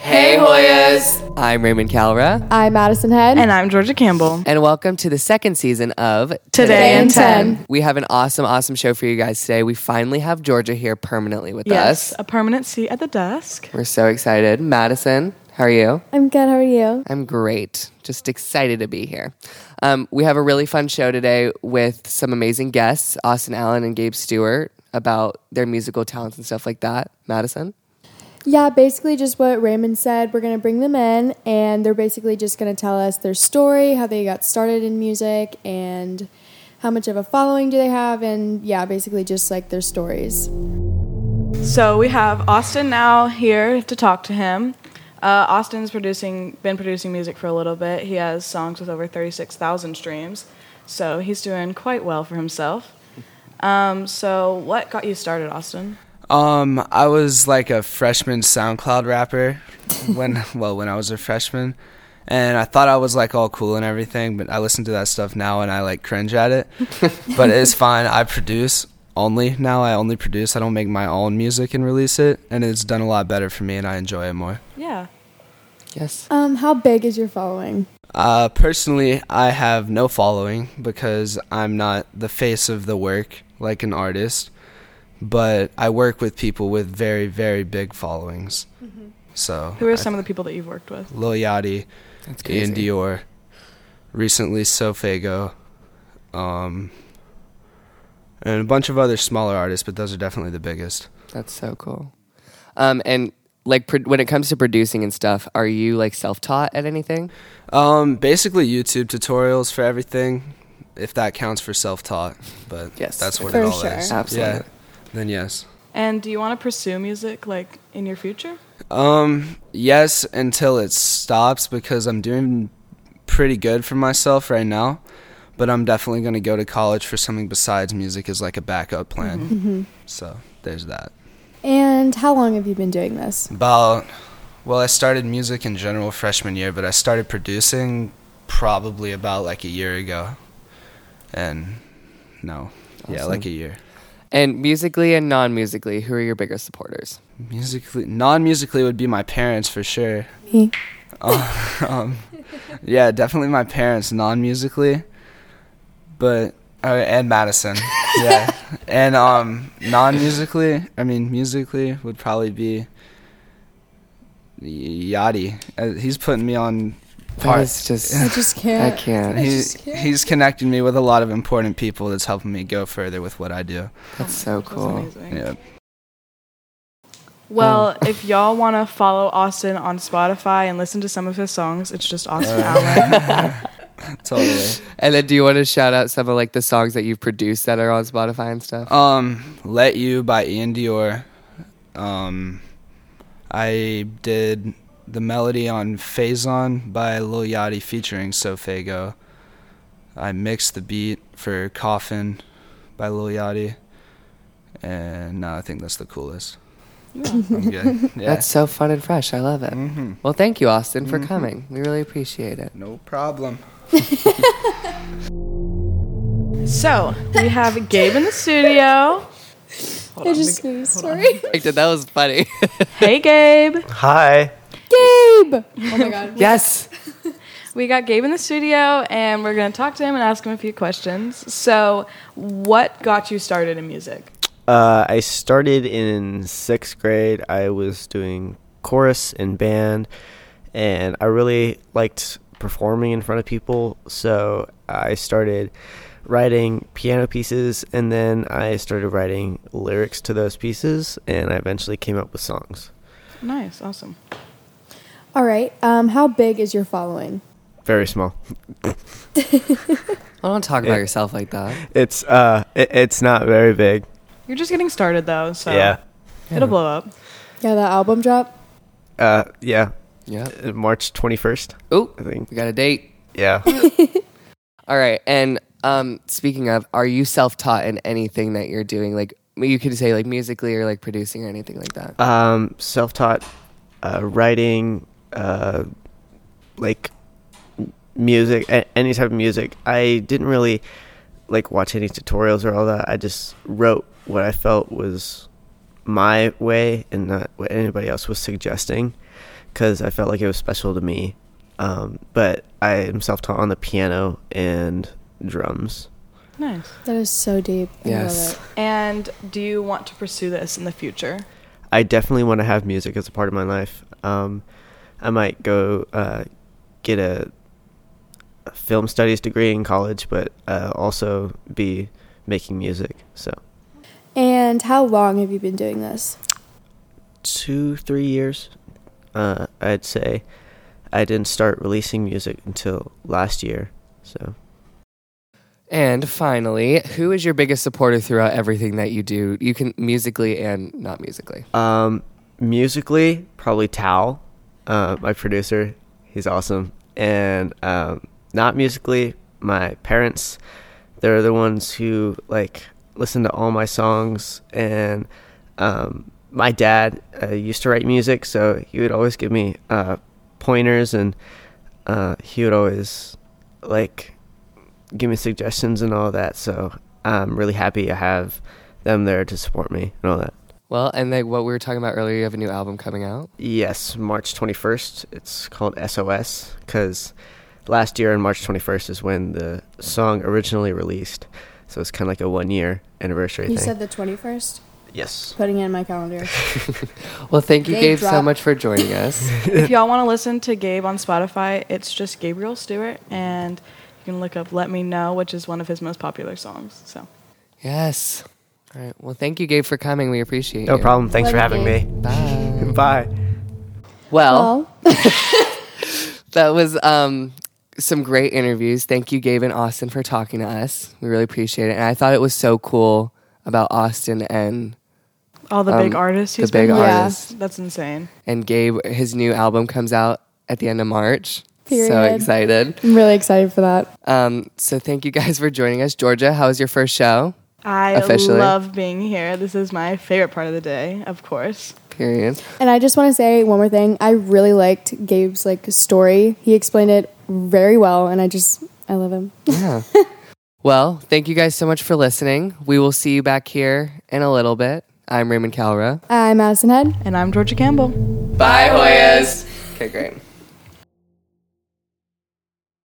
Hey Hoyas! I'm Raymond Calra, I'm Madison Head. And I'm Georgia Campbell. and welcome to the second season of Today in and 10. We have an awesome, awesome show for you guys today. We finally have Georgia here permanently with Yes, us. a permanent seat at the desk. We're so excited. Madison, how are you? I'm good. How are you? I'm great. Just excited to be here. Um, we have a really fun show today with some amazing guests, Austin Allen and Gabe Stewart, about their musical talents and stuff like that. Madison? Yeah, basically just what Raymond said. We're going to bring them in, and they're basically just going to tell us their story, how they got started in music, and how much of a following do they have, and yeah, basically just like their stories. So we have Austin now here to talk to him. Uh, Austin's producing, been producing music for a little bit. He has songs with over 36,000 streams, so he's doing quite well for himself. Um, so, what got you started, Austin? Um, I was like a freshman SoundCloud rapper when well when I was a freshman, and I thought I was like all cool and everything, but I listen to that stuff now and I like cringe at it. but it's fine. I produce only now. I only produce. I don't make my own music and release it, and it's done a lot better for me, and I enjoy it more. Yeah. Yes. Um, how big is your following? Uh, personally, I have no following because I'm not the face of the work like an artist, but I work with people with very, very big followings. So, Who are some of the people that you've worked with? Lil Yachty, That's Ian Dior, recently Sofago, um, and a bunch of other smaller artists, but those are definitely the biggest. That's so cool. Um, and like pro- when it comes to producing and stuff, are you like self-taught at anything? Um, basically, YouTube tutorials for everything, if that counts for self taught, but Yes. that's what For it all sure. is. Absolutely. Yeah, then yes. And do you want to pursue music like in your future? Um, yes, until it stops because I'm doing pretty good for myself right now, but I'm definitely going to go to college for something besides music as like a backup plan. So, there's that. And how long have you been doing this? About well, I started music in general freshman year, but I started producing probably about like a year ago. And no. Yeah, Awesome. like a year. And musically and non-musically, who are your biggest supporters? Musically, non-musically would be my parents for sure. Me. um, yeah, definitely my parents non-musically, but uh, and Madison, yeah, and um, non-musically. I mean, musically would probably be Yachty. Uh, he's putting me on That par- is just I just I can't. can't. He, just can't. he's connecting me with a lot of important people. That's helping me go further with what I do. That's so That's cool. amazing. Yeah. Um. Well, if y'all want to follow Austin on Spotify and listen to some of his songs, it's just Austin Allen. Totally. And then do you want to shout out some of like the songs that you've produced that are on Spotify and stuff? Um, Let You by Ian Dior. Um, I did the melody on Phase On by Lil Yachty featuring Sofago. I mixed the beat for Coffin by Lil Yachty. And no, I think that's the coolest. I'm good. Yeah. That's so fun and fresh. I love it. Mhm. Well, thank you, Austin, for coming. We really appreciate it. no problem. so we have Gabe in the studio. Hold I on, just we- sneezed. Sorry. That was funny. Hey, Gabe. Hi. Gabe! Oh my god. yes. We got Gabe in the studio, and we're going to talk to him and ask him a few questions. So, what got you started in music? Uh, I started in sixth grade. I was doing chorus and band, and I really liked performing in front of people. So I started writing piano pieces, and then I started writing lyrics to those pieces, and I eventually came up with songs. Nice, awesome. All right. Um, how big is your following? Very small. Well, don't talk about Yeah. yourself like that. It's uh, it, it's not very big. You're just getting started, though, so Yeah. it'll blow up. Yeah, that album drop. Uh, yeah. Yeah. March twenty first, Oh, I think. we got a date. Yeah. All right. And um, speaking of, are you self taught in anything that you're doing? Like, you could say like musically or like producing or anything like that. Um, self-taught uh, writing, uh, like m- music, a- any type of music. I didn't really like watch any tutorials or all that. I just wrote what I felt was my way and not what anybody else was suggesting. because I felt like it was special to me. Um, but I am self-taught on the piano and drums. Nice. That is so deep. I Yes. love And do you want to pursue this in the future? I definitely want to have music as a part of my life. Um, I might go uh, get a a film studies degree in college, but uh, also be making music. So it. And how long have you been doing this? two, three years, uh, I'd say. I didn't start releasing music until last year. So And finally, who is your biggest supporter throughout everything that you do? You can musically and not musically. Um, musically, probably Tal, uh, my producer. He's awesome. And um, not musically, my parents. They're the ones who like listen to all my songs. And um, my dad uh, used to write music, so he would always give me uh, pointers, and uh, he would always like give me suggestions and all that. So I'm really happy I have them there to support me and all that. Well, and like what we were talking about earlier, you have a new album coming out. Yes, March 21st. It's called SOS because last year on March 21st is when the song originally released. So it's kind of like a one year anniversary You thing. said the 21st? yes. Putting it in my calendar. Well, thank you, Gabe, Dave so drop. much for joining us. if y'all want to listen to Gabe on Spotify, it's just Gabriel Stewart, and you can look up "Let Me Know," which is one of his most popular songs. So. yes. All right. Well, thank you, Gabe, for coming. We appreciate No you. problem. Thanks for having me. Bye. Bye. Well, Well, that was um, some great interviews. Thank you, Gabe and Austin, for talking to us. We really appreciate it. And I thought it was so cool about Austin and All the big Um, artists. the he's big been with. artists. That's insane. and Gabe. His new album comes out at the end of March. So Period. excited. I'm really excited for that. Um, so thank you guys for joining us. Georgia, how was your first show? I Officially. love being here. This is my favorite part of the day, of course. Period. And I just want to say one more thing. I really liked Gabe's like story. He explained it very well, and I just I love him. Yeah. well, thank you guys so much for listening. We will see you back here in a little bit. I'm Raymond Calra. I'm Madison Head. And I'm Georgia Campbell. Bye, Hoyas. Okay, great.